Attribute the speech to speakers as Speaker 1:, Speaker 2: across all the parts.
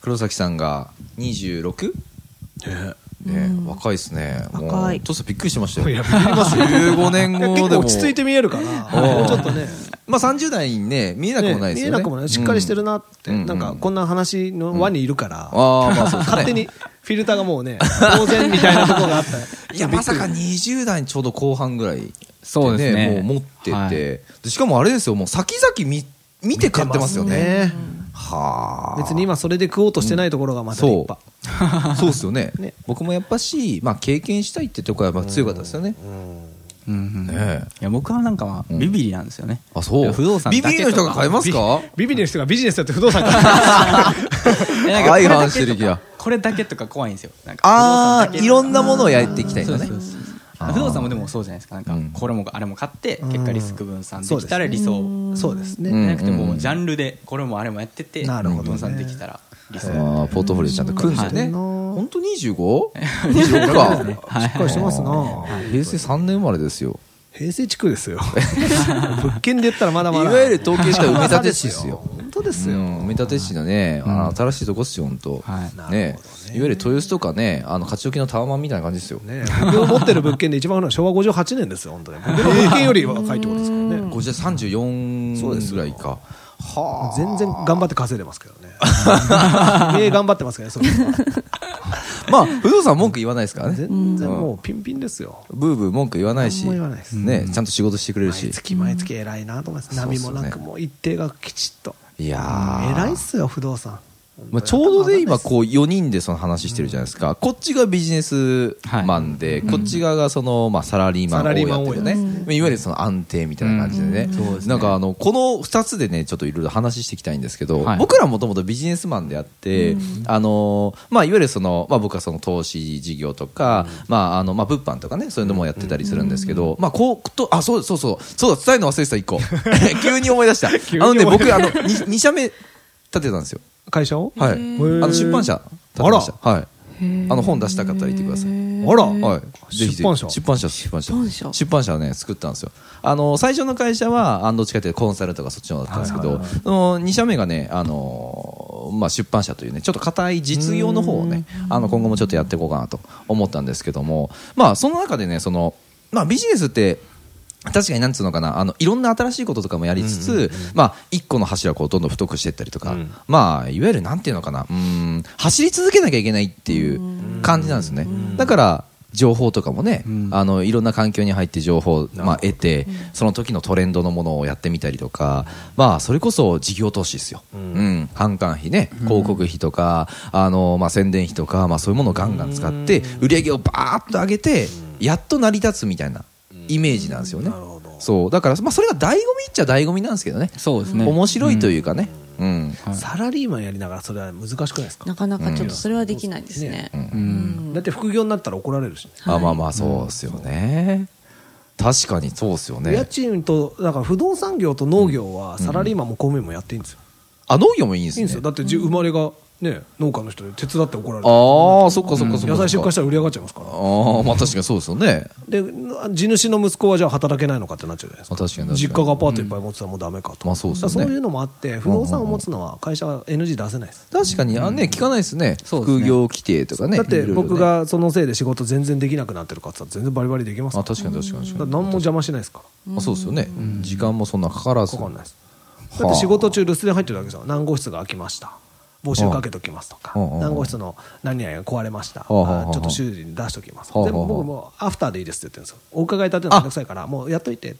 Speaker 1: 黒崎さんが 26? ね、若いですね。も、
Speaker 2: 若いう
Speaker 1: トスびっくりしましたよ。
Speaker 3: いやびっくりますよ
Speaker 1: 15年後
Speaker 3: 結
Speaker 1: で
Speaker 3: 構
Speaker 1: も。
Speaker 3: 落ち着いて見えるかな、
Speaker 1: うん
Speaker 3: ちょっとね、
Speaker 1: まあ30代にね、見えなくもないですよ
Speaker 3: 見
Speaker 1: ね。
Speaker 3: えなくもない、しっかりしてる
Speaker 1: うん。
Speaker 3: なって、
Speaker 1: うん
Speaker 3: なんかこんな話の輪にいるから、
Speaker 1: ああ、まあそうですね
Speaker 3: 勝手に。フィルターがもうね、当然みたいなところが あった、
Speaker 1: いや、まさか20代ちょうど後半ぐらい。
Speaker 4: そうですね
Speaker 1: もう持ってて、
Speaker 4: はい
Speaker 1: で。しかもあれですよ、もう先々見、見て買ってますよね。
Speaker 3: ね
Speaker 1: はあ。
Speaker 3: 別に今、それで食おうとしてないところがまた立
Speaker 1: そ
Speaker 3: 派、
Speaker 1: う。そうですよね
Speaker 3: ね
Speaker 1: 僕もやっぱし、まあ経験したいってとこはやっぱ強かったですよね。
Speaker 4: うんうん
Speaker 1: ねえ
Speaker 4: いや僕はなんかまあビビリなんですよね、
Speaker 1: あ、そう。
Speaker 4: 不動産
Speaker 1: ビ
Speaker 4: だけとか
Speaker 1: ビリの人が買え ますか
Speaker 3: ビビリの人がビジネスだって不動産買って
Speaker 4: えなんかこれ
Speaker 1: 相
Speaker 4: だけ
Speaker 1: 反してる気が。
Speaker 4: これだけとか怖いんですよなんか
Speaker 1: ああ、
Speaker 4: 不動産だけ
Speaker 1: いろんなものをやっていきたいん
Speaker 4: そ
Speaker 1: だ
Speaker 4: うそう
Speaker 1: ね
Speaker 4: そ。うそう不動産もでもそうじゃないですかなんか
Speaker 1: うん
Speaker 4: これもあれも買って結果リスク分散できたら
Speaker 3: うん
Speaker 4: 理想、
Speaker 3: そうです
Speaker 1: う
Speaker 3: ね、
Speaker 1: ん
Speaker 4: じゃなくてもうジャンルでこれもあれもやってて
Speaker 3: なるほどね
Speaker 4: 分散できたら理想、
Speaker 1: あーポートフォリオちゃんと組んでね。
Speaker 3: うん
Speaker 1: 本当 25?26 か。
Speaker 4: はい
Speaker 3: しっかりしてますな、
Speaker 1: 平成3年生まれですよ。
Speaker 3: 平成地区ですよ、物件で言ったらまだ
Speaker 1: い
Speaker 3: まだ、
Speaker 1: わゆる統計した埋め立て市ですよ。
Speaker 3: 本当です
Speaker 1: う
Speaker 3: よ、
Speaker 1: ん埋め立て市のね、あの新しいとこっすよ、本当。
Speaker 4: はい
Speaker 1: ね、いわゆる豊洲とかね、あの勝ち置きのタワマンみたいな感じですよ。
Speaker 3: ね、僕の持ってる物件で一番古いのは昭和58年ですよ、本当に。僕の物件より若いってことですからね。
Speaker 1: こちら34ぐらいか。は
Speaker 3: 全然頑張って稼いでますけど ね。ええ頑張ってますけどね、そういうのは
Speaker 1: あ。まあ、不動産文句言わないですからね。
Speaker 3: 全然もうピンピンですよ。
Speaker 1: ブーブー文句言わないし、
Speaker 3: 何も言わないです
Speaker 1: ね、ちゃんと仕事してくれるし
Speaker 3: 毎。月毎月偉いなと思います。波もな
Speaker 1: そうっす
Speaker 3: く、
Speaker 1: ね
Speaker 3: もう一定がきちっと。
Speaker 1: いやー。
Speaker 3: 偉いっすよ、不動産。
Speaker 1: まあ、ちょうどで今こう4人でその話してるじゃないですか、こっちがビジネスマンで、こっち側がその、まあ、サラリーマン
Speaker 3: サラリーマン
Speaker 1: をやってるね、いわゆるその安定みたいな感じでね、なんかあのこの2つでねちょっといろいろ話していきたいんですけど、
Speaker 4: はい
Speaker 1: 僕らもともとビジネスマンであって、あのまあ、いわゆるその、まあ、僕はその投資事業とか、まああのまあ、物販とかねそういうのもやってたりするんですけど、まあ、こうとあそうそうそうそうだ伝えるの忘れてた1個 急に思い出したあのね僕あの 2, 社目立てたんですよ
Speaker 3: 会社を
Speaker 1: はい。あ
Speaker 3: ー
Speaker 1: の出版社立てました。はい。あの本出したかったら言ってください。
Speaker 3: あら、
Speaker 1: はい。ぜひぜひ
Speaker 3: 出版社
Speaker 1: 出版社、出版社。
Speaker 2: 版社
Speaker 1: 出版社をね、作ったんですよ。あの、最初の会社は、あの、どっちかというとコンサルとかそっちの方だったんですけど、その2社目がね、あの、まあ、出版社というね、ちょっと硬い実業の方をね、あの、今後もちょっとやっていこうかなと思ったんですけども、まあ、その中でね、その、まあ、ビジネスって、確かになんつうのかなあのいろんな新しいこととかもやりつつ、まあ一個の柱をこうどんどん太くしていったりとか、まあいわゆるなんていうのかなうん走り続けなきゃいけないっていう感じなんですね、だから情報とかもね、あのいろんな環境に入って情報を、まあ、得て、その時のトレンドのものをやってみたりとか、まあ、それこそ事業投資ですよ、うん販管費ね広告費とか、あのまあ、宣伝費とか、まあ、そういうものをガンガン使って売り上げをバーッと上げてやっと成り立つみたいなイメージなんですよね。そうだから、まあ、それが醍醐味っちゃ醍醐味なんですけどね
Speaker 4: そうですね
Speaker 1: 面白いというかね、うん
Speaker 3: サラリーマンやりながらそれは難しくないですか
Speaker 2: なかなかちょっとそれはできないですね。
Speaker 3: だって副業になったら怒られるしね。
Speaker 1: あまあまあそうですよね、確かにそうですよ
Speaker 3: 家
Speaker 1: ね
Speaker 3: 賃と、だから不動産業と農業はサラリーマンも公務員もやっていいんですよ。
Speaker 1: あ農業もいいんで
Speaker 3: い
Speaker 1: す
Speaker 3: いん
Speaker 1: ね
Speaker 3: ですよ。だってじ生まれがね、農家の人で手伝って怒られる。
Speaker 1: ああそっかそっかそっかそっか
Speaker 3: 野菜出荷したら売り上がっちゃいますから。
Speaker 1: ああまあ確かにそうですよね
Speaker 3: で、地主の息子はじゃあ働けないのかってなっちゃうじゃないです
Speaker 1: まあ
Speaker 3: か。
Speaker 1: 確かに確かに
Speaker 3: 実家がアパートいっぱい持ってたらもうダメかと。
Speaker 1: まあそうですよね
Speaker 3: だからそういうのもあって、不動産を持つのは会社は NG 出せないです。
Speaker 1: 確かにあね聞かないですね
Speaker 4: そうですね
Speaker 1: 副業規定とかね
Speaker 3: だって
Speaker 1: いろいろね
Speaker 3: 僕がそのせいで仕事全然できなくなってるかって言ったら全然バリバリできますか
Speaker 1: あ
Speaker 3: ら。だか
Speaker 1: 確かに確かに確からに
Speaker 3: 何も邪魔しないですから。
Speaker 1: あそうですよね時間もそんなかからず
Speaker 3: かかんないです。だって仕事中留守電入ってるだけですよ。何号室が空きました。募集かけときますとか、
Speaker 1: うんうんうん
Speaker 3: 何号室の何々が壊れました、
Speaker 1: うんうんうん
Speaker 3: あちょっと修理に出しておきます、
Speaker 1: うんうん
Speaker 3: 全部僕もうアフターでいいですって言ってるんですよ、お伺い立てるのめんどくさいから、もうやっといて、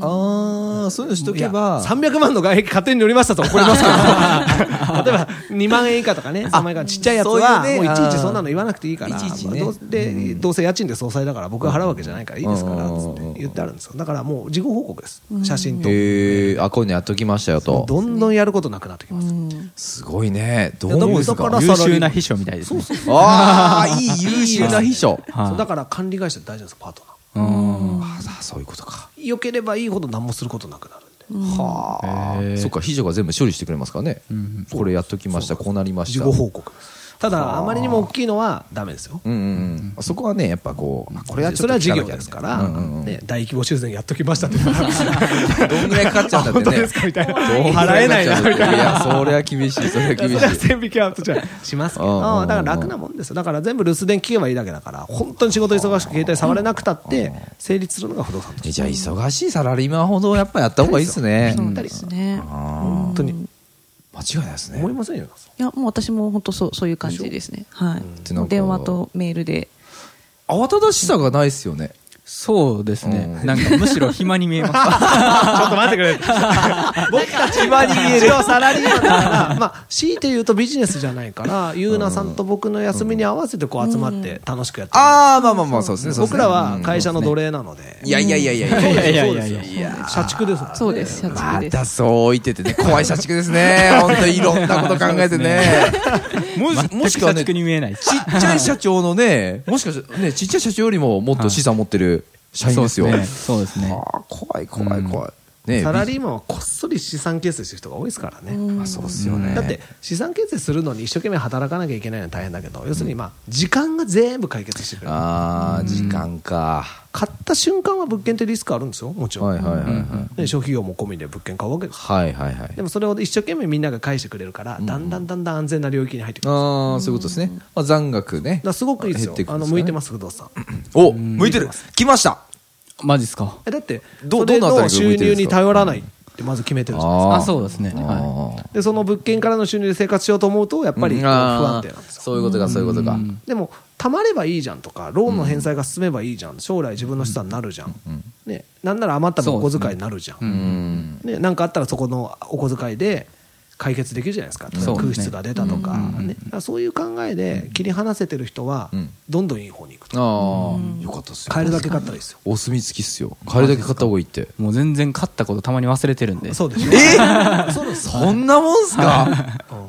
Speaker 1: ああそういうのしとけば
Speaker 3: 300万の外壁勝手に乗りましたと怒りますけど、 例えば2万円以下とかね3万円以下のちっちゃいやつは
Speaker 1: そういうね
Speaker 3: もういちいち
Speaker 1: あー
Speaker 3: そんなの言わなくていいから
Speaker 1: いちいちね
Speaker 3: どうでどうせ家賃で総裁だから僕が払うわけじゃないからいいですから
Speaker 1: うん
Speaker 3: つって言ってあるんですよだからもう事後報告です写真と
Speaker 1: へえあこういうのやっときましたよと
Speaker 3: どんどんやることなくなってきます
Speaker 1: すごいねどう思うんです
Speaker 3: だか
Speaker 1: から
Speaker 4: 優秀な秘書みたいですね
Speaker 1: あ あいい優秀な秘書
Speaker 4: はい
Speaker 3: そうだから管理会社大事なんですパートナー
Speaker 1: ああそういうことか
Speaker 3: 良ければいいほど何もすることなくなるんで
Speaker 1: はあそっか秘書が全部処理してくれますからねこれやっときましたこうなりまし
Speaker 3: 事
Speaker 1: た
Speaker 3: 後報告ですただあまりにも大きいのはダメですよ
Speaker 1: うんうんうんそこはねやっぱこうあこれはちょ
Speaker 3: そ
Speaker 1: っと
Speaker 3: れは事
Speaker 1: 聞な
Speaker 3: 業
Speaker 1: きゃ
Speaker 3: ですか
Speaker 1: う
Speaker 3: ら
Speaker 1: んうんうん
Speaker 3: ね大規模修繕やっときましたって言ったら
Speaker 1: どんぐらいかかっちゃうんだ ってね
Speaker 3: みたいな
Speaker 1: どんぐらかかっちゃうんだっていやそれは厳しいそれは厳しい
Speaker 3: 線引きは後じゃしますけ
Speaker 1: うんうんうんう
Speaker 3: ど
Speaker 1: ん
Speaker 3: だから楽なもんですよだから全部留守電聞けばいいだけだから本当に仕事忙しく携帯触れなくたって成立するのが不動産と
Speaker 1: えじゃあ忙しいサラリーマンほどやっぱやった方がいいですね
Speaker 2: そうですね。
Speaker 3: 本当に
Speaker 1: 間違いないですね
Speaker 3: 思いませんよ
Speaker 2: いやもう私も本当そうそういう感じですね。はい
Speaker 1: てなん。か
Speaker 2: 電話とメールで。
Speaker 1: 慌ただしさがないですよね
Speaker 4: そうですね
Speaker 1: う。ん
Speaker 4: なんかむしろ暇に見えま す。
Speaker 3: ちょっと待ってく れ。 僕たちはに見える。サラリーマンだから、まあ、強いて言うとビジネスじゃないから、ゆうなさんと僕の休みに合わせてこう集まって楽しくやってる
Speaker 1: ああまあまあまあそうですねそうですね
Speaker 3: 僕らは会社の奴隷なので。
Speaker 1: いやいやいやいやい
Speaker 3: そう
Speaker 1: や
Speaker 3: です
Speaker 4: い
Speaker 3: よ
Speaker 4: や
Speaker 3: そう
Speaker 4: い
Speaker 3: で
Speaker 4: やい
Speaker 3: す
Speaker 4: や
Speaker 3: よ社畜ですもんね
Speaker 2: そうです。社畜
Speaker 1: ま
Speaker 2: です。
Speaker 1: たそう言って てね怖い社畜ですね本当いろんなこと考えて ねもしも
Speaker 4: も
Speaker 1: し
Speaker 4: し
Speaker 1: くは
Speaker 4: か
Speaker 1: ね
Speaker 4: ね。
Speaker 1: ち
Speaker 4: に見えない。
Speaker 1: っちゃい社長のねもしかしてねちっちゃい社長よりももっと資産持ってる社員ですよ
Speaker 4: ねそうですね。
Speaker 1: ああ怖い怖い怖いね
Speaker 3: サラリーマンはこっそり資産形成してる人が多いですからね。
Speaker 1: まあそうっすよね
Speaker 3: だって資産形成するのに一生懸命働かなきゃいけないのは大変だけど要するにまあ時間が全部解決してくれる
Speaker 1: ああ時間か
Speaker 3: 買った瞬間は物件ってリスクあるんですよもちろん、
Speaker 1: はいはいはいはい
Speaker 3: ね消費用も込みで物件買うわけです
Speaker 1: はいはいはい
Speaker 3: でもそれを一生懸命みんなが返してくれるから、だんだんだんだん安全な領域に入ってくる。だか
Speaker 1: ああそういうことですねまあ残額ね
Speaker 3: らすごくいいです
Speaker 1: 減
Speaker 3: よ。
Speaker 1: ってくん
Speaker 3: あ
Speaker 1: で
Speaker 3: の
Speaker 1: すか
Speaker 3: 向
Speaker 1: ね
Speaker 3: いてます不動産。
Speaker 1: お向いてる来ました
Speaker 4: マジっすか。
Speaker 3: えだって
Speaker 1: ど
Speaker 3: それ
Speaker 1: どのあたりが向
Speaker 3: の収
Speaker 1: いてる
Speaker 3: 入
Speaker 1: んです
Speaker 3: に
Speaker 1: か
Speaker 3: 頼らないってまず決めてるじゃないです
Speaker 4: あ、そうですね。は
Speaker 1: あ
Speaker 3: か。でその物件からの収入で生活しようと思うとやっぱりこう不安定なんですよ。
Speaker 1: そういうことかそういうことか
Speaker 3: でも貯まればいいじゃんとかローンの返済が進めばいいじゃん、将来自分の資産になるじゃん、ね、なんなら余った分お小遣いになるじゃん、
Speaker 1: うん
Speaker 3: ね、なんかあったらそこのお小遣いで解決できるじゃないですか例えば空室が出たとか,、ねだからそういう考えで切り離せてる人は
Speaker 1: ん
Speaker 3: どんどんいい方に行くと、
Speaker 1: ああよかったっすよ
Speaker 3: 買えるだけ買ったらいいですよ
Speaker 1: お墨付きっすよ買えるだけ買った方がいいって
Speaker 4: い。もう全然勝ったことたまに忘れてるんで。
Speaker 3: そうでしょ
Speaker 1: え
Speaker 3: そうです
Speaker 1: そんなもんすか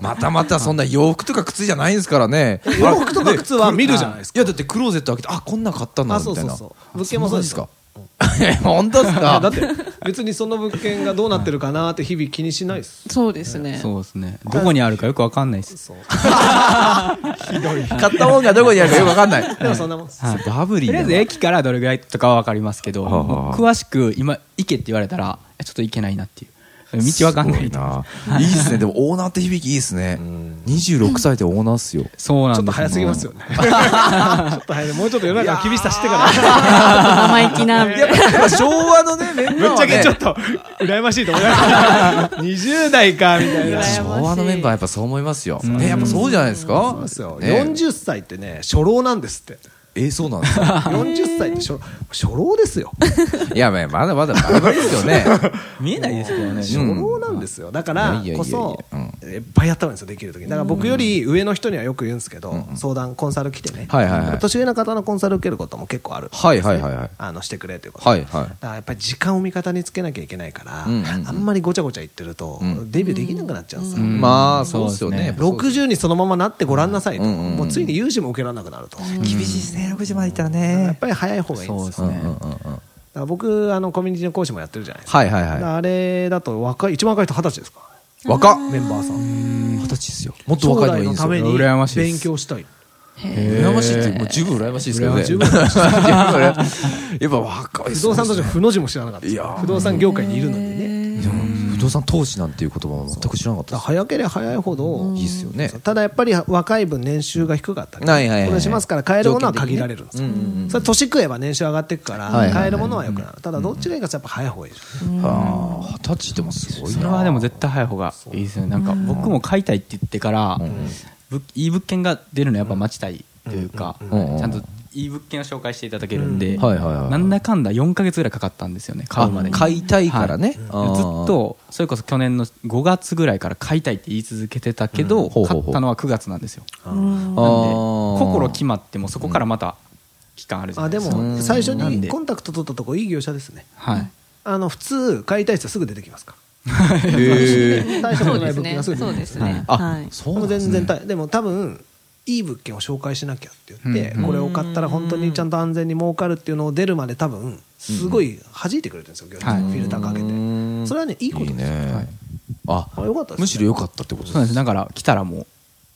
Speaker 1: またまたそんな洋服とか靴じゃないんですからね
Speaker 3: 洋服とか靴は見るじゃないですか
Speaker 1: いやだってクローゼット開けてあこんなん買ったんだ
Speaker 3: あ
Speaker 1: み
Speaker 3: そ
Speaker 1: た
Speaker 3: う
Speaker 1: い
Speaker 3: そう
Speaker 1: な
Speaker 3: そう物件もそうですよ
Speaker 1: すか 本当ですか
Speaker 3: だって別にその物件がどうなってるかなって日々気にしないです
Speaker 2: そうですね。
Speaker 4: そうですね。どこにあるかよくわかんないっす。
Speaker 3: そう
Speaker 1: 買ったもんがどこにあるかよくわかんない
Speaker 3: でもそんなもんです
Speaker 4: はい
Speaker 1: バブリ
Speaker 4: と
Speaker 1: ー
Speaker 4: りあ
Speaker 1: だ
Speaker 4: えず
Speaker 1: な
Speaker 4: 駅からどれぐらいとかはわかりますけど、
Speaker 1: はあはあ
Speaker 4: 詳しく今行けって言われたらえちょっと行けないなっていう道わかんない
Speaker 1: すごいないいですねでもオーナーって響きいいですね26歳でオーナーっすよ
Speaker 4: そうなんで
Speaker 3: ち
Speaker 4: す
Speaker 3: ょっと早すぎますよねちょっと早いもう ちょっと世の中の厳しさ知ってから
Speaker 2: 生意気なみたいな。
Speaker 1: やっぱ昭和のねメン
Speaker 3: ぶ
Speaker 1: バー
Speaker 3: っ
Speaker 1: は
Speaker 3: ちゃ
Speaker 1: ね
Speaker 3: けちょっと羨ましいと思います 20代かみたいな
Speaker 1: 昭和のメンバーはやっぱそう思いますよねやっぱそうじゃないですか
Speaker 3: そうですよ、
Speaker 1: ね
Speaker 3: 40歳ってね初老なんですって
Speaker 1: えそうなんですか
Speaker 3: 40歳って初老初老ですよ
Speaker 1: いやまあまだまだバリバリですよ ね
Speaker 4: 見えないですけどね
Speaker 3: 初老なんですよ、だか
Speaker 1: い
Speaker 3: ら
Speaker 1: やいやいやいや
Speaker 3: こそ
Speaker 1: う
Speaker 3: いっぱいやったんですよできる時だから僕より上の人にはよく言うんですけど、相談コンサル来てね、
Speaker 1: はいはいはい
Speaker 3: 年上の方のコンサル受けることも結構あるんですね、
Speaker 1: はいはいはいはい
Speaker 3: あのしてくれということで、
Speaker 1: はいはい
Speaker 3: だからやっぱり時間を味方につけなきゃいけないから、
Speaker 1: んうんうん
Speaker 3: あんまりごちゃごちゃ言ってると、デビューできなくなっちゃうんですよ、
Speaker 1: まあそうですよね
Speaker 3: 60にそのままなってごらんなさいと、もうついに融資も受けられなくなると、だか
Speaker 1: 厳しいですね60までいったら
Speaker 3: らやっ
Speaker 1: ね
Speaker 3: ぱり早い方がいいんです
Speaker 4: そう
Speaker 3: よ
Speaker 4: で
Speaker 3: だか
Speaker 4: すね、
Speaker 3: ら僕あのコミュニティの講師もやってるじゃないですか,、
Speaker 1: はいはいは
Speaker 3: あれだと若い一番若い人二十歳ですか
Speaker 1: い若っ
Speaker 3: らねメンバーさん
Speaker 1: 二十歳ですよもっと若いのがいいんですよ
Speaker 4: めに羨ましいです
Speaker 3: 勉強したい。
Speaker 1: 羨ましいってもう 十分羨ましいですけどね
Speaker 3: 十分
Speaker 1: やっぱ若いで
Speaker 3: 不
Speaker 1: すよね
Speaker 3: 動産投資の不の字も知らなかったです
Speaker 1: いやー
Speaker 3: 不動産業界にいるのにね。
Speaker 1: 不動産投資なんていう言葉も全く知らなかった
Speaker 3: だから
Speaker 1: です
Speaker 3: 早ければ早いほど
Speaker 1: いいっすよね
Speaker 3: ただやっぱり若い分年収が低かったり
Speaker 1: はいはいはい
Speaker 3: ことしますから買えるものは限られるんですよ
Speaker 1: 条件的にねうんうんうん
Speaker 3: それ年食えば年収上がっていくか
Speaker 1: はいはい
Speaker 3: ら
Speaker 1: はい
Speaker 3: 買えるものはよくなるただどっちがいいかってやっぱ早い方がいいですよね
Speaker 1: ああ二十歳でもすごい
Speaker 4: それ
Speaker 1: な
Speaker 4: はでも絶対早い方がいいですねなんか僕も買いたいって言ってから、ぶいい物件が出るのやっぱ待ちたいというか、
Speaker 1: うんうん
Speaker 4: ちゃんといい物件を紹介していただけるんで、
Speaker 1: うんはいはいはい
Speaker 4: なんだかんだ4か月ぐらいかかったんですよね買うまで
Speaker 1: あ
Speaker 4: に
Speaker 1: 買いたいからね
Speaker 4: はい
Speaker 1: うん
Speaker 4: ずっとそれこそ去年の5月ぐらいから買いたいって言い続けてたけど、
Speaker 1: うんほうほうほう
Speaker 4: 買ったのは9月なんですよ
Speaker 2: うん
Speaker 4: なんで
Speaker 1: あー
Speaker 4: 心決まってもそこからまた期間あるじゃな
Speaker 3: あ
Speaker 4: いで
Speaker 3: です
Speaker 4: か、
Speaker 1: う
Speaker 3: も
Speaker 1: ん
Speaker 3: 最初
Speaker 4: なん
Speaker 3: に
Speaker 4: で
Speaker 3: コンタクト取ったとこいい業者ですね
Speaker 4: はい
Speaker 3: あの普通買いたい人すぐ出てきますか
Speaker 1: へー
Speaker 3: ら 大したこ
Speaker 2: そう
Speaker 3: とな
Speaker 2: で
Speaker 3: い物
Speaker 2: す
Speaker 3: 件
Speaker 2: ね。
Speaker 3: がすぐ出
Speaker 2: そ
Speaker 3: て
Speaker 2: う
Speaker 3: きま
Speaker 2: ですすね。は
Speaker 1: あ
Speaker 2: い。
Speaker 1: そう
Speaker 3: も
Speaker 1: な
Speaker 3: うん
Speaker 1: で
Speaker 3: 全
Speaker 1: すね
Speaker 3: 然大でも多分いい物件を紹介しなきゃって言って、
Speaker 4: うん
Speaker 3: これを買ったら本当にちゃんと安全に儲かるっていうのを出るまで多分すごい弾いてくれてるんですよ、業者が
Speaker 4: はい
Speaker 3: フィルターかけ
Speaker 1: うん
Speaker 3: てそれはねいいことですよ
Speaker 1: ねあ
Speaker 3: あよかったですね
Speaker 1: むしろ良かったってこと
Speaker 4: そうなんです
Speaker 1: ね
Speaker 4: だから来たらもう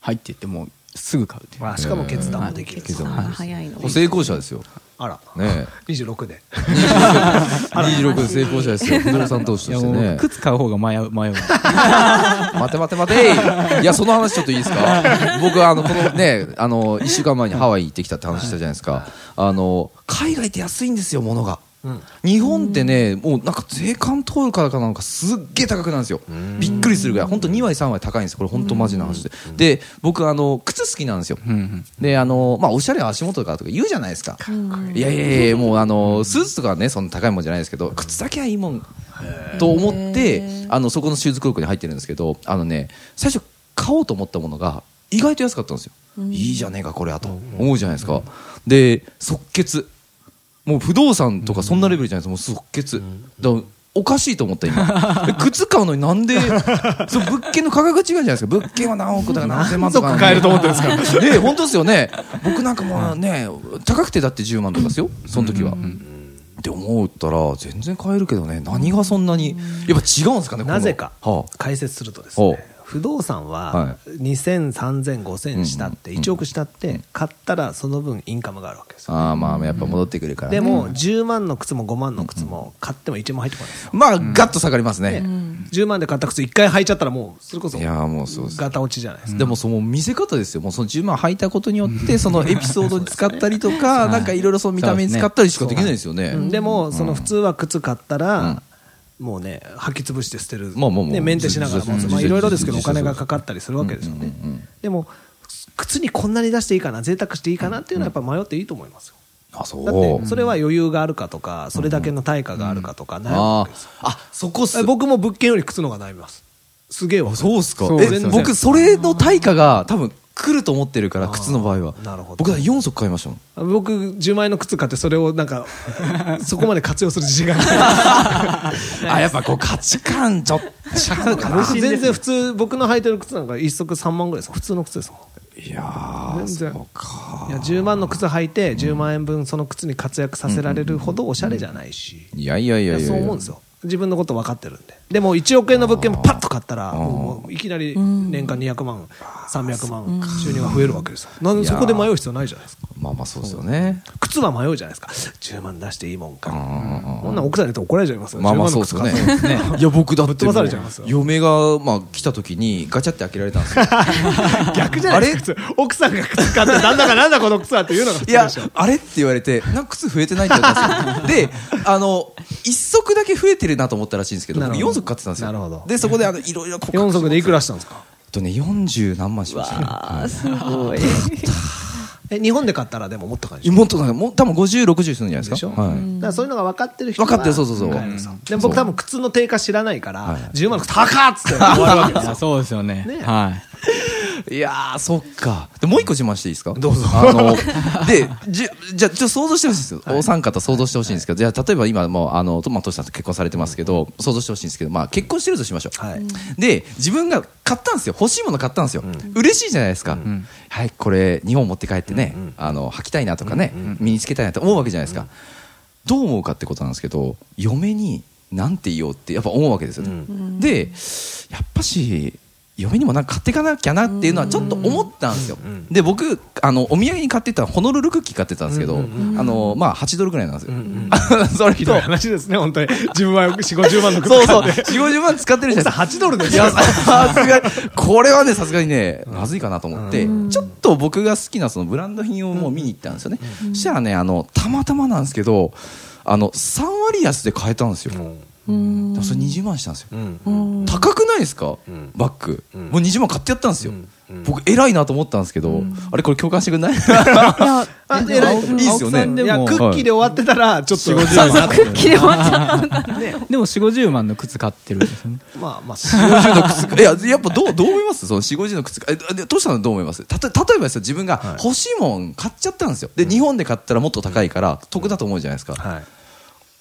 Speaker 4: 入ってってもうすぐ買うっていう
Speaker 3: あしかも決断もできる、
Speaker 1: 決断
Speaker 2: あ早いの。
Speaker 1: 成功者ですよ
Speaker 3: あら、
Speaker 1: ね
Speaker 3: 26で
Speaker 1: 26で成功者ですよ不動産投資と
Speaker 4: いや
Speaker 1: して
Speaker 4: もう
Speaker 1: ね
Speaker 4: 靴買う方が迷う迷う
Speaker 1: 待て待て待ていやその話ちょっといいですか僕あのこのねあの1週間前にハワイ行ってきたって話したじゃないですかあの海外って安いんですよ物が
Speaker 3: ん
Speaker 1: 日本ってねもうなんか税関通るからかなんかすっげえ高くなるんですよびっくりするぐらい本当2割3割高いんですこれ本当マジな話でで僕あの靴好きなんですよ
Speaker 4: うんうん
Speaker 1: であのまあおしゃれな足元とかとか言うじゃないですかいやいやいやもうあのスーツとかはねそんな高いもんじゃないですけど靴だけはいいもんと思ってあのそこのシューズクロークに入ってるんですけどあのね最初買おうと思ったものが意外と安かったんですよ、いいじゃねえかこれやと思うじゃないですか、で即決もう不動産とかそんなレベルじゃないですもう即決、だからおかしいと思った 今え靴買うのになん でそう物件の価格が違うじゃないですか物件は何億とか何千万とか、買えると思ってるんですかね本当ですよね僕なんかもうね高くてだって10万とかですよその時は、って思ったら全然買えるけどね何がそんなにやっぱ違うんですかねこの
Speaker 3: なぜか
Speaker 1: は
Speaker 3: 解説するとです
Speaker 1: ほう
Speaker 3: ね不動産
Speaker 1: は
Speaker 3: は2000、3000、5000したって1億したって買ったらその分インカムがあるわけですよ
Speaker 1: ああーまあやっぱ戻ってくるから、ね、
Speaker 3: でも10万の靴も5万の靴も買っても1円も入ってこないですよ
Speaker 1: まあガッと下がりますね、
Speaker 3: 10万で買った靴1回履いちゃったらもうそれこそ
Speaker 1: いやーもうそうです
Speaker 3: ガタ落ちじゃないですか
Speaker 1: でもその見せ方ですよ、もうその10万履いたことによって、そのエピソードに使った りとか、なんかいろいろその見た目に使ったりしかできないですよね。
Speaker 3: うんでもその普通は靴買ったらもうね履き潰して捨てる
Speaker 1: まあまあまあ
Speaker 3: ねメンテしながら持つ
Speaker 1: ず
Speaker 3: まあいろいろですけどお
Speaker 1: ずずず
Speaker 3: 金がかかったりするわけですよねでも靴にこんなに出していいかな贅沢していいかなっていうのはやっぱ迷っていいと思いますよ
Speaker 1: あ、そ
Speaker 3: だって
Speaker 1: う。
Speaker 3: それは余裕があるかとかそれだけの対価があるかとか悩むわ
Speaker 1: あ
Speaker 3: けですよ
Speaker 1: あ、あ、そこっす。
Speaker 3: 僕も物件より靴の方が悩みますすげえわ
Speaker 1: そうっすか
Speaker 4: そう。
Speaker 1: え
Speaker 4: 全、然
Speaker 1: 僕、それの対価が多分来ると思ってるから、靴の場合は。
Speaker 3: なるほど
Speaker 1: 僕は4足買いましたもん。
Speaker 3: 僕10万円の靴買ってそれをな んかそこまで活用する自信がない
Speaker 1: あ、やっぱこう価値観、ちょっと違うかな。
Speaker 3: 僕全然普通僕の履いてる靴なんか一足3万ぐらいです普通の靴ですもん
Speaker 1: いやー、
Speaker 3: 全然
Speaker 1: そうか。
Speaker 3: いや10万の靴履いて10万円分その靴に活躍させられるほどおしゃれじゃないし、
Speaker 1: いやいやい
Speaker 3: い
Speaker 1: や
Speaker 3: や
Speaker 1: いや。
Speaker 3: そう思うんですよ自分のこと分かってるんででも1億円の物件もパッと買ったら
Speaker 1: ー
Speaker 3: もういきなり年間200万300万収入が増えるわけですよなん
Speaker 1: い
Speaker 3: で
Speaker 1: や
Speaker 3: そ
Speaker 1: ー
Speaker 3: こで迷う必要ないじゃないですか
Speaker 1: まあまあそうですよね。
Speaker 3: 靴は迷うじゃないですか10万出していいもんか
Speaker 1: うん
Speaker 3: こんなん奥さんに言うと怒られちゃいますよ
Speaker 1: まあまあ
Speaker 3: 10
Speaker 1: そう
Speaker 3: 万
Speaker 1: で
Speaker 3: の
Speaker 1: す
Speaker 3: 靴
Speaker 1: よ
Speaker 3: 買
Speaker 1: ね
Speaker 3: ったら。
Speaker 1: いや僕だっても
Speaker 3: ぶっ飛ばされちゃいます
Speaker 1: う
Speaker 3: よ
Speaker 1: 嫁がまあ来た時にガチャって開けられたんですよ。
Speaker 3: 逆じゃないですか靴奥さんが靴買ってなんだかなんだこの靴はっていうのが普通
Speaker 1: いや
Speaker 3: でしょ
Speaker 1: あれって言われてなんか靴増えてないって言われたんです よ。であの一足だけ増えてるなと思ったらしいんですけど
Speaker 3: なる
Speaker 1: 僕
Speaker 3: ほど
Speaker 1: 4足買ってたんですよ。
Speaker 3: なるほど
Speaker 1: でそこであのいろいろ告白
Speaker 3: 4足でいくらしたんですか
Speaker 1: えっとね40何万しましたね。
Speaker 2: ああ、すごい。
Speaker 3: え日本で買ったらでももっと感じ
Speaker 1: もっとなんかもう多分50、60するんじゃないですか。は
Speaker 3: だ
Speaker 1: い。
Speaker 3: からそういうのが分かってる人は
Speaker 1: 分かってるそうそうそう
Speaker 3: 買えるんですよ
Speaker 1: うん
Speaker 3: でも僕
Speaker 1: そう
Speaker 3: 多分靴の定価知らないから
Speaker 1: い
Speaker 3: 10万の靴高っつって 終わるわけで
Speaker 4: い
Speaker 3: す
Speaker 4: や
Speaker 3: よ
Speaker 4: そうですよね
Speaker 3: ね
Speaker 4: はい
Speaker 1: いやーそっか。でもう一個自慢していいですか
Speaker 3: どうぞ
Speaker 1: あの、で、じゃ、じゃ、ちょっと想像してほしいんですよ。お三方想像してほしいんですけど、じゃあ、例えば今もう、あの、トマトシさんと結婚されてますけど、想像してほしいんですけど、まあ、結婚してるとしましょう。
Speaker 3: はい
Speaker 1: で、自分が買ったんですよ。欲しいもの買ったんですよ。嬉しいじゃないですか。はい、これ、日本持って帰ってね、あの、履きたいなとかね、身につけたいなと思うわけじゃないですか。どう思うかってことなんですけど嫁になんて言おうってやっぱ思うわけですよね、でやっぱし嫁にもなんか買っていかなきゃなっていうのはちょっと思ったんですよ、で僕あのお土産に買ってたホノルルクッキー買ってたんですけど、あのまあ8ドルぐらいなんですよ、 それ
Speaker 3: ひ
Speaker 1: ひ
Speaker 3: ど
Speaker 1: ど
Speaker 3: い
Speaker 1: い
Speaker 3: 話ですね本当に自分は4 5 0万の靴
Speaker 1: そう
Speaker 3: 買
Speaker 1: そう
Speaker 3: って
Speaker 1: 4 5 0万使ってるじゃないですか
Speaker 3: さ8ドルです
Speaker 1: い
Speaker 3: よ
Speaker 1: や、さすがに、これはね、さすがにね、まずいかなと思って、ちょっと僕が好きなそのブランド品をもう見に行ったんですよね。そしたらね、あの、たまたまなんですけど、あの、3割安で買えたんですよ。
Speaker 2: うん
Speaker 1: でもそれ20万したんですよ、
Speaker 3: うん
Speaker 2: うん
Speaker 1: 高くないですか、
Speaker 3: ん
Speaker 1: バッグ、
Speaker 3: ん
Speaker 1: もう20万買ってやったんですよ、
Speaker 3: うん
Speaker 1: 僕偉いなと思ったんですけど、あれこれ共感してくれない
Speaker 2: いや
Speaker 3: あ
Speaker 1: でも
Speaker 3: 偉い
Speaker 1: いいっすよね
Speaker 3: 青木さんでもい
Speaker 1: は
Speaker 3: や
Speaker 1: い
Speaker 3: クッキーで終わってたらちょっ と
Speaker 2: クッキーで終わっちゃったんだ。
Speaker 4: でも4 5 0万の靴買ってるんですよね
Speaker 3: まあまあ
Speaker 1: 50の靴かいややっぱどうどう思いますその4 5 0の靴かえでどうしたのどう思いますたと例えばですよ自分が欲しいもん買っちゃったんですよで日本で買ったらもっと高いから得だと思うじゃないですか、
Speaker 3: はい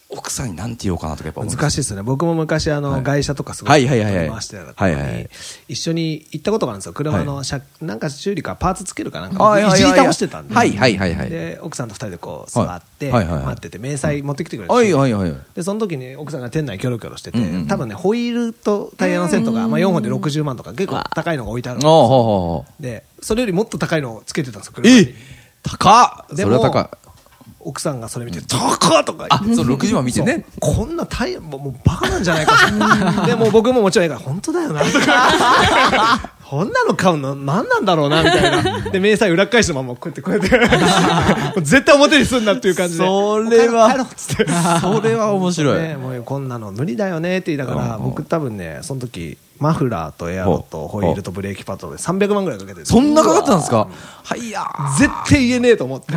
Speaker 1: 奥さんになんて言おうかなとかやっぱ思うんです
Speaker 3: 難しいですね。僕も昔、あの、
Speaker 1: はい
Speaker 3: 外車とかすご
Speaker 1: はいいはいはいはい
Speaker 3: 回してた時に
Speaker 1: はいはいはい
Speaker 3: 一緒に行ったことがあるんですよ。車の、
Speaker 1: は
Speaker 3: 車なんか修理かパーツつけるかなん
Speaker 1: あ
Speaker 3: か、
Speaker 1: いやいや
Speaker 3: い
Speaker 1: い
Speaker 3: じ
Speaker 1: や
Speaker 3: り倒してたんで。
Speaker 1: はいはいはいはい
Speaker 3: で、奥さんと二人でこう、座って、
Speaker 1: はいはいはいはい
Speaker 3: 待ってて、明細持ってきてくれて。
Speaker 1: はいはいはいはい
Speaker 3: で、その時に奥さんが店内キョロキョロしてて
Speaker 1: うんうんうん、
Speaker 3: 多分ね、ホイールとタイヤのセットが、まあ4本で60万とか結構高いのが置いてあるん
Speaker 1: ああはあはあ
Speaker 3: で、それよりもっと高いのをつけてたんですよ、車に
Speaker 1: え高っ
Speaker 3: で
Speaker 1: それは高い
Speaker 3: も、奥さんがそれ見て、高っとか言って
Speaker 1: あその60万見てね
Speaker 3: そうこんな大変もうもうバカなんじゃないか とでもう僕ももちろんいいから本当だよな とかこんなの買うの何なんだろうなみたいなで明細裏返したままこうやってこうやってもう 絶対表にすんなっていう感じで
Speaker 1: それは
Speaker 3: もう帰ろう帰ろうっつって
Speaker 1: それは面白い、
Speaker 3: ね、 もうこんなの無理だよねって言いながら、
Speaker 1: うんうん
Speaker 3: 僕多分ねその時マフラーとエアロとホイールとブレーキパッドで300万ぐらいかけて
Speaker 1: そんなかかったんですかはいやー
Speaker 3: 絶対言えねえと 思って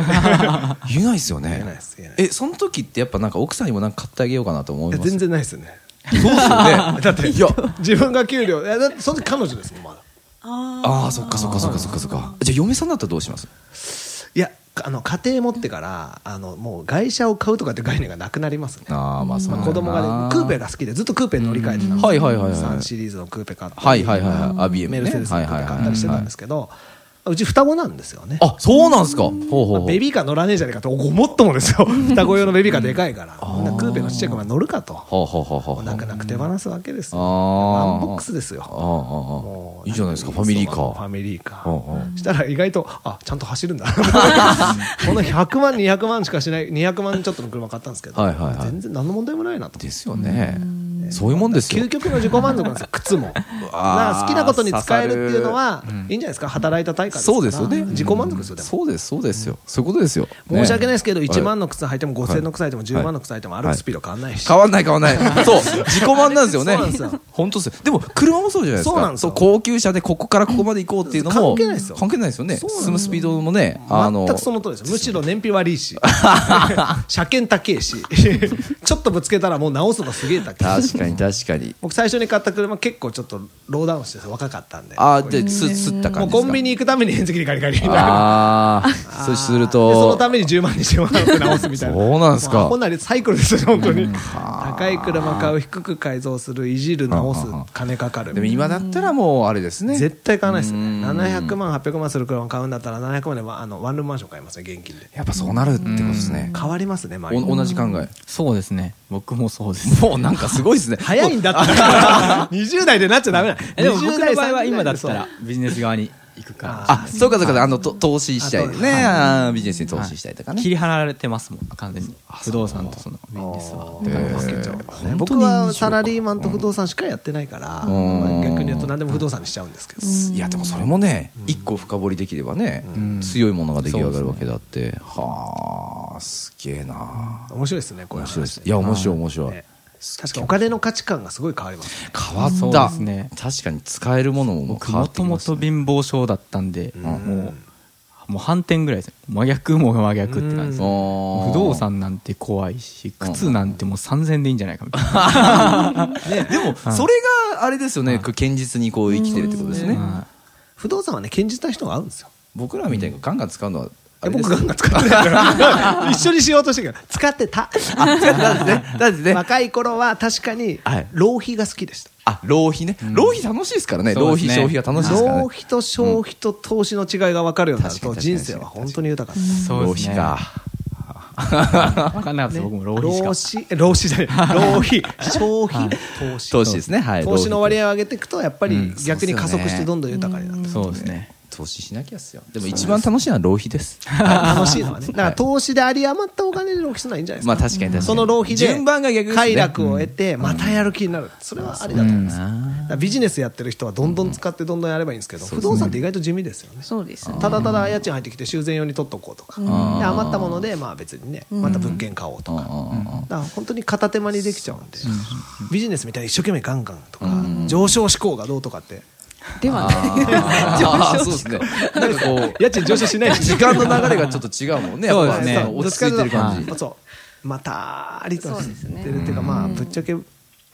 Speaker 1: 言えないですよね
Speaker 3: 言えないです言えない
Speaker 1: えその時ってやっぱなんか奥さんにもなんか買ってあげようかなと思います
Speaker 3: 全然ないですよね
Speaker 1: そうですよねだっていや
Speaker 3: 自分が給料いやだってその時彼女ですもんまだ
Speaker 1: ああそっかそっかそっかそっかそっかじゃあ嫁さんだったらどうします
Speaker 3: いやあの家庭持ってからあのもう外車を買うとかって概念がなくなりますね、
Speaker 1: ああまあそ
Speaker 3: ま
Speaker 1: う
Speaker 3: あ、子供がねクーペ
Speaker 1: が
Speaker 3: が好きでずっとクーペに乗り換えてたんです
Speaker 1: はいはいはいはい
Speaker 3: 3シリーズのクーペ買ったり
Speaker 1: はいはいはいはいアビエムね
Speaker 3: メルセデスのクーペ買ったりしてたんですけど、うち双子なんですよね
Speaker 1: あそうなんですかほうほうほう
Speaker 3: ベビーカー乗らねえじゃねえかとごもっともですよ双子用のベビーカーでかいからみんなクーペのちっちゃい子が乗るかと
Speaker 1: ほうほうほうほうほう
Speaker 3: 泣く泣く手放すわけですよワ
Speaker 1: あ
Speaker 3: ン
Speaker 1: ー
Speaker 3: ボックスですよ
Speaker 1: あーあ
Speaker 3: も
Speaker 1: ー
Speaker 3: う
Speaker 1: いいじゃないですかファミリーカ
Speaker 3: そうファ
Speaker 1: ー
Speaker 3: ミリーカ
Speaker 1: うんう
Speaker 3: ーしたら意外とあちゃんと走る んだなこの100万200万しかしない200万ちょっとの車買ったんですけど
Speaker 1: はいはいはい
Speaker 3: 全然何の問題もないなと
Speaker 1: ですよねそういうもんですよ
Speaker 3: 究極の自己満足なんですよ靴 も
Speaker 1: わー
Speaker 3: まあ好きなことに使えるっていうのはいいんじゃないですか働いた対価ですから
Speaker 1: そうですよね
Speaker 3: 自己満足ですよでも
Speaker 1: そうですそうですよそういうことですよね
Speaker 3: 申し訳ないですけど、1
Speaker 1: はい
Speaker 3: 万の靴履いても、5000の靴履いても、10万の靴履いても、
Speaker 1: はい
Speaker 3: 歩くスピード変わんないし、
Speaker 1: 変わんない変わんない そう自己満なんですよね
Speaker 3: そうなんですよ
Speaker 1: 本当ですよでも車もそうじゃないですか
Speaker 3: そうなんですよ
Speaker 1: 高級車でここからここまで行こうっていうのも
Speaker 3: 関係ないですよ
Speaker 1: 関係ないですよね
Speaker 3: そうなんですよ
Speaker 1: 進むスピードもねあの
Speaker 3: 全くその通りです、むしろ燃費悪 いし、車検高えし、 ちょっとぶつけたらもう直すのすげえ高いし、
Speaker 1: 確かに確かに
Speaker 3: 僕、最初に買った車、結構ちょっとローダウンしてて、若かったんで、
Speaker 1: ああですすった感
Speaker 3: もう
Speaker 1: じです
Speaker 3: コ
Speaker 1: か
Speaker 3: ンビニ行くために縁石にガリガリになる。
Speaker 1: ああそうする
Speaker 3: でその
Speaker 1: と
Speaker 3: ために10万にしてもらって直すみたいな
Speaker 1: そうなんですか
Speaker 3: もうアホなりサイクルですよ本当に高い車買う低く改造するいじる直す金かかるみ
Speaker 1: で
Speaker 3: たい
Speaker 1: も
Speaker 3: な
Speaker 1: 今だったらもうあれですね
Speaker 3: 絶対買わないですよ
Speaker 1: うん
Speaker 3: ね700万800万する車を買うんだったら700万でわあのワンルームマンション買いますね現金で
Speaker 1: やっぱそうなるってことですね
Speaker 3: 変わりますね毎
Speaker 1: お同じ考え
Speaker 4: そうですね僕もそうです
Speaker 1: もうなんかすごい ですね
Speaker 3: 早いんだ って20代でなっちゃダメな
Speaker 4: えでも僕の場
Speaker 3: 20
Speaker 4: 合は
Speaker 3: 代
Speaker 4: 今だったらビジネス側に行くから
Speaker 1: あそうかそうかそうかあのと投資したい
Speaker 3: あと
Speaker 1: ねあービジネスに投資したいとかね
Speaker 4: 切り離られてますもん完全に不動産とそのビジネスは
Speaker 3: 30代ですね僕はサラリーマンと不動産しかやってないから、
Speaker 1: ん
Speaker 3: まあ逆に言うと何でも不動産にしちゃうんですけど、
Speaker 1: いやでもそれもね一個深掘りできればね強いものが出来上がるわけだってはあすげえな
Speaker 3: 面白いですねこういう
Speaker 1: 面白いで
Speaker 3: 話
Speaker 1: すいや面白い面白い
Speaker 3: ね確かにお金の価値観がすごい変わりますね
Speaker 1: 変わっ
Speaker 4: そうで
Speaker 1: た
Speaker 4: すね
Speaker 1: 確かに使えるものも
Speaker 4: 僕
Speaker 1: 変わ
Speaker 4: も
Speaker 1: って
Speaker 4: と
Speaker 1: きま
Speaker 4: も
Speaker 1: す
Speaker 4: と貧乏症だったんでもうもう反転ぐらいですね真逆も真逆って感じです
Speaker 1: あー
Speaker 4: 不動産なんて怖いし靴なんてもう3000でいいんじゃないかみたいな
Speaker 1: でもそれがあれですよねこう堅実にこう生きてるってことですね
Speaker 4: は
Speaker 3: 不動産はね堅実な人が合うん ですよ
Speaker 1: 僕らみたいにガンガン使うのはあ
Speaker 3: え
Speaker 1: れです
Speaker 3: 僕ガンガン使ってないから一緒にしようとしてるけど使ってた
Speaker 1: だってね
Speaker 3: 若い頃は確かに
Speaker 1: はい
Speaker 3: 浪費が好きでした、
Speaker 1: あ浪費ね浪費楽しいですからね
Speaker 4: そ
Speaker 1: 浪
Speaker 4: うです
Speaker 1: 費
Speaker 4: ね
Speaker 1: 消費が楽しいですからね
Speaker 3: 浪費と消費と投資の違いが分かるようになる
Speaker 1: 確
Speaker 3: と
Speaker 1: かに確かに
Speaker 3: 人生は本当に豊かで
Speaker 4: い
Speaker 3: す、
Speaker 4: そう
Speaker 1: 浪
Speaker 4: です
Speaker 1: 費
Speaker 4: ね
Speaker 1: か
Speaker 4: 分かんなかったです僕も浪費し
Speaker 3: 浪
Speaker 4: か
Speaker 3: 費え浪費じゃない浪 費消費、投資
Speaker 1: 投資ですねはい
Speaker 3: 投資の
Speaker 1: 浪費
Speaker 3: 割合を上げていくとやっぱり
Speaker 1: ん
Speaker 3: 逆に加
Speaker 1: そうっすよ
Speaker 3: 速
Speaker 1: ね
Speaker 3: してどんどん豊かになっていく
Speaker 4: そうですね
Speaker 1: 投資しなきゃっすよでも一番楽しいのは浪費です
Speaker 3: 楽しいのはね。だ か
Speaker 1: は
Speaker 3: ら
Speaker 1: い
Speaker 3: 投資で有り余ったお金で浪費するのはいいんじゃないです
Speaker 1: ま
Speaker 3: か。
Speaker 1: あ確かに確かに
Speaker 3: その浪費で
Speaker 1: 順番が逆ですね
Speaker 3: 快楽を得て、またやる気になる。それはありだと思います。だからビジネスやってる人はどんどん使ってどんどんやればいいんですけど、不動産って意外と地味ですよね。
Speaker 2: そうですね。
Speaker 3: ただただ家賃入ってきて修繕用に取っとこうとか、で余ったものでまあ別にねまた物件買おうとか,、だから本当に片手間にできちゃうんで、ビジネスみたいに一生懸命ガンガンとか、上昇志向がどうとかって
Speaker 2: ではない。
Speaker 1: ああそうですねなんかこう
Speaker 3: 家賃上昇しないし
Speaker 1: 時間の流れがちょっと違うもんね
Speaker 4: そうですね
Speaker 1: やっぱ落ち着いてる感じ
Speaker 3: あそうまたありとしてるって
Speaker 2: そうですね
Speaker 3: いうかまあぶっちゃけこ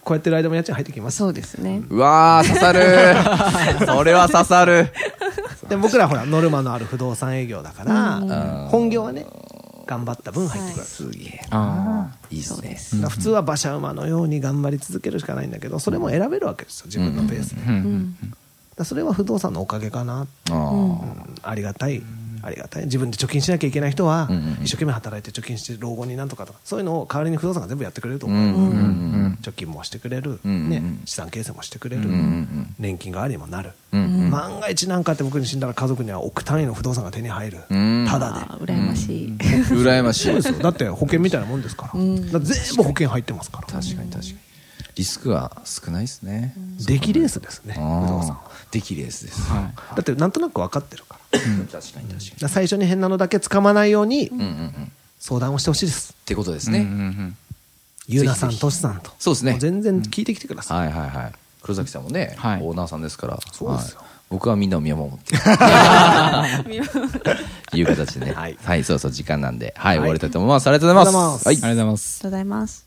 Speaker 3: うやってる間も家賃入ってきます
Speaker 2: そうですね。
Speaker 1: うわー刺さるそれは刺さる
Speaker 3: で僕らほらノルマのある不動産営業だから本業はね頑張った分入ってくる、
Speaker 1: すげえ
Speaker 4: あ
Speaker 1: いいっ
Speaker 2: そう
Speaker 1: すね
Speaker 2: です。
Speaker 3: だから普通は馬車馬のように頑張り続けるしかないんだけどそれも選べるわけですよ自分のペースで、
Speaker 4: あ、う
Speaker 3: だか
Speaker 4: ん、
Speaker 3: らそれは不動産のおかげかな、
Speaker 1: あー
Speaker 3: うんありがたいありがたい自分で貯金しなきゃいけない人は
Speaker 1: うんうんうん
Speaker 3: 一生懸命働いて貯金して老後になんとかとかそういうのを代わりに不動産が全部やってくれると
Speaker 1: う
Speaker 3: 思
Speaker 1: ん
Speaker 3: う、
Speaker 1: うんうん
Speaker 3: 貯金もしてくれる、
Speaker 1: うんうんうん
Speaker 3: ね、資産形成もしてくれる、
Speaker 1: ん
Speaker 3: 年金がありもなる、
Speaker 1: うんうん
Speaker 3: 万が一なんかあって僕に死んだら家族には億単位の不動産が手に入る、
Speaker 1: うん
Speaker 3: ただ
Speaker 2: ああ、羨ましい。
Speaker 1: 羨ましい
Speaker 3: でそうですよだって保険みたいなもんですから,、
Speaker 2: ん
Speaker 3: だから全部保険入ってますから
Speaker 1: 確かに確かにリスクが少ないですね
Speaker 3: 出来レースですね
Speaker 1: あ
Speaker 3: 不動産
Speaker 1: あできレースです
Speaker 4: はい
Speaker 3: だってなんとなく分かってるからだか
Speaker 1: 確かに確から
Speaker 3: 最初に変なのだけつかまないように
Speaker 1: にうんうんうんっ
Speaker 3: 相談をしてほしいです
Speaker 1: てことです
Speaker 4: うんう
Speaker 1: ね
Speaker 4: ん
Speaker 3: ゆうなさ
Speaker 1: ぜひぜ
Speaker 3: ん
Speaker 1: ひ
Speaker 3: としさんと
Speaker 1: そうですね
Speaker 3: も全然聞いてきてください、
Speaker 1: はいはいはい黒崎さんもね
Speaker 4: はい
Speaker 1: オーナーさんですから
Speaker 3: そうですよ
Speaker 1: はい僕はみんなを見守って いう形でね
Speaker 3: はい
Speaker 1: はいそうそう時間なんではい
Speaker 3: はい
Speaker 1: 終わりたいと思いますありがとうござい
Speaker 3: ありがとう
Speaker 1: ま
Speaker 3: ご
Speaker 1: す
Speaker 3: ざ
Speaker 1: はいい
Speaker 4: ありがとうございます
Speaker 2: とうございます。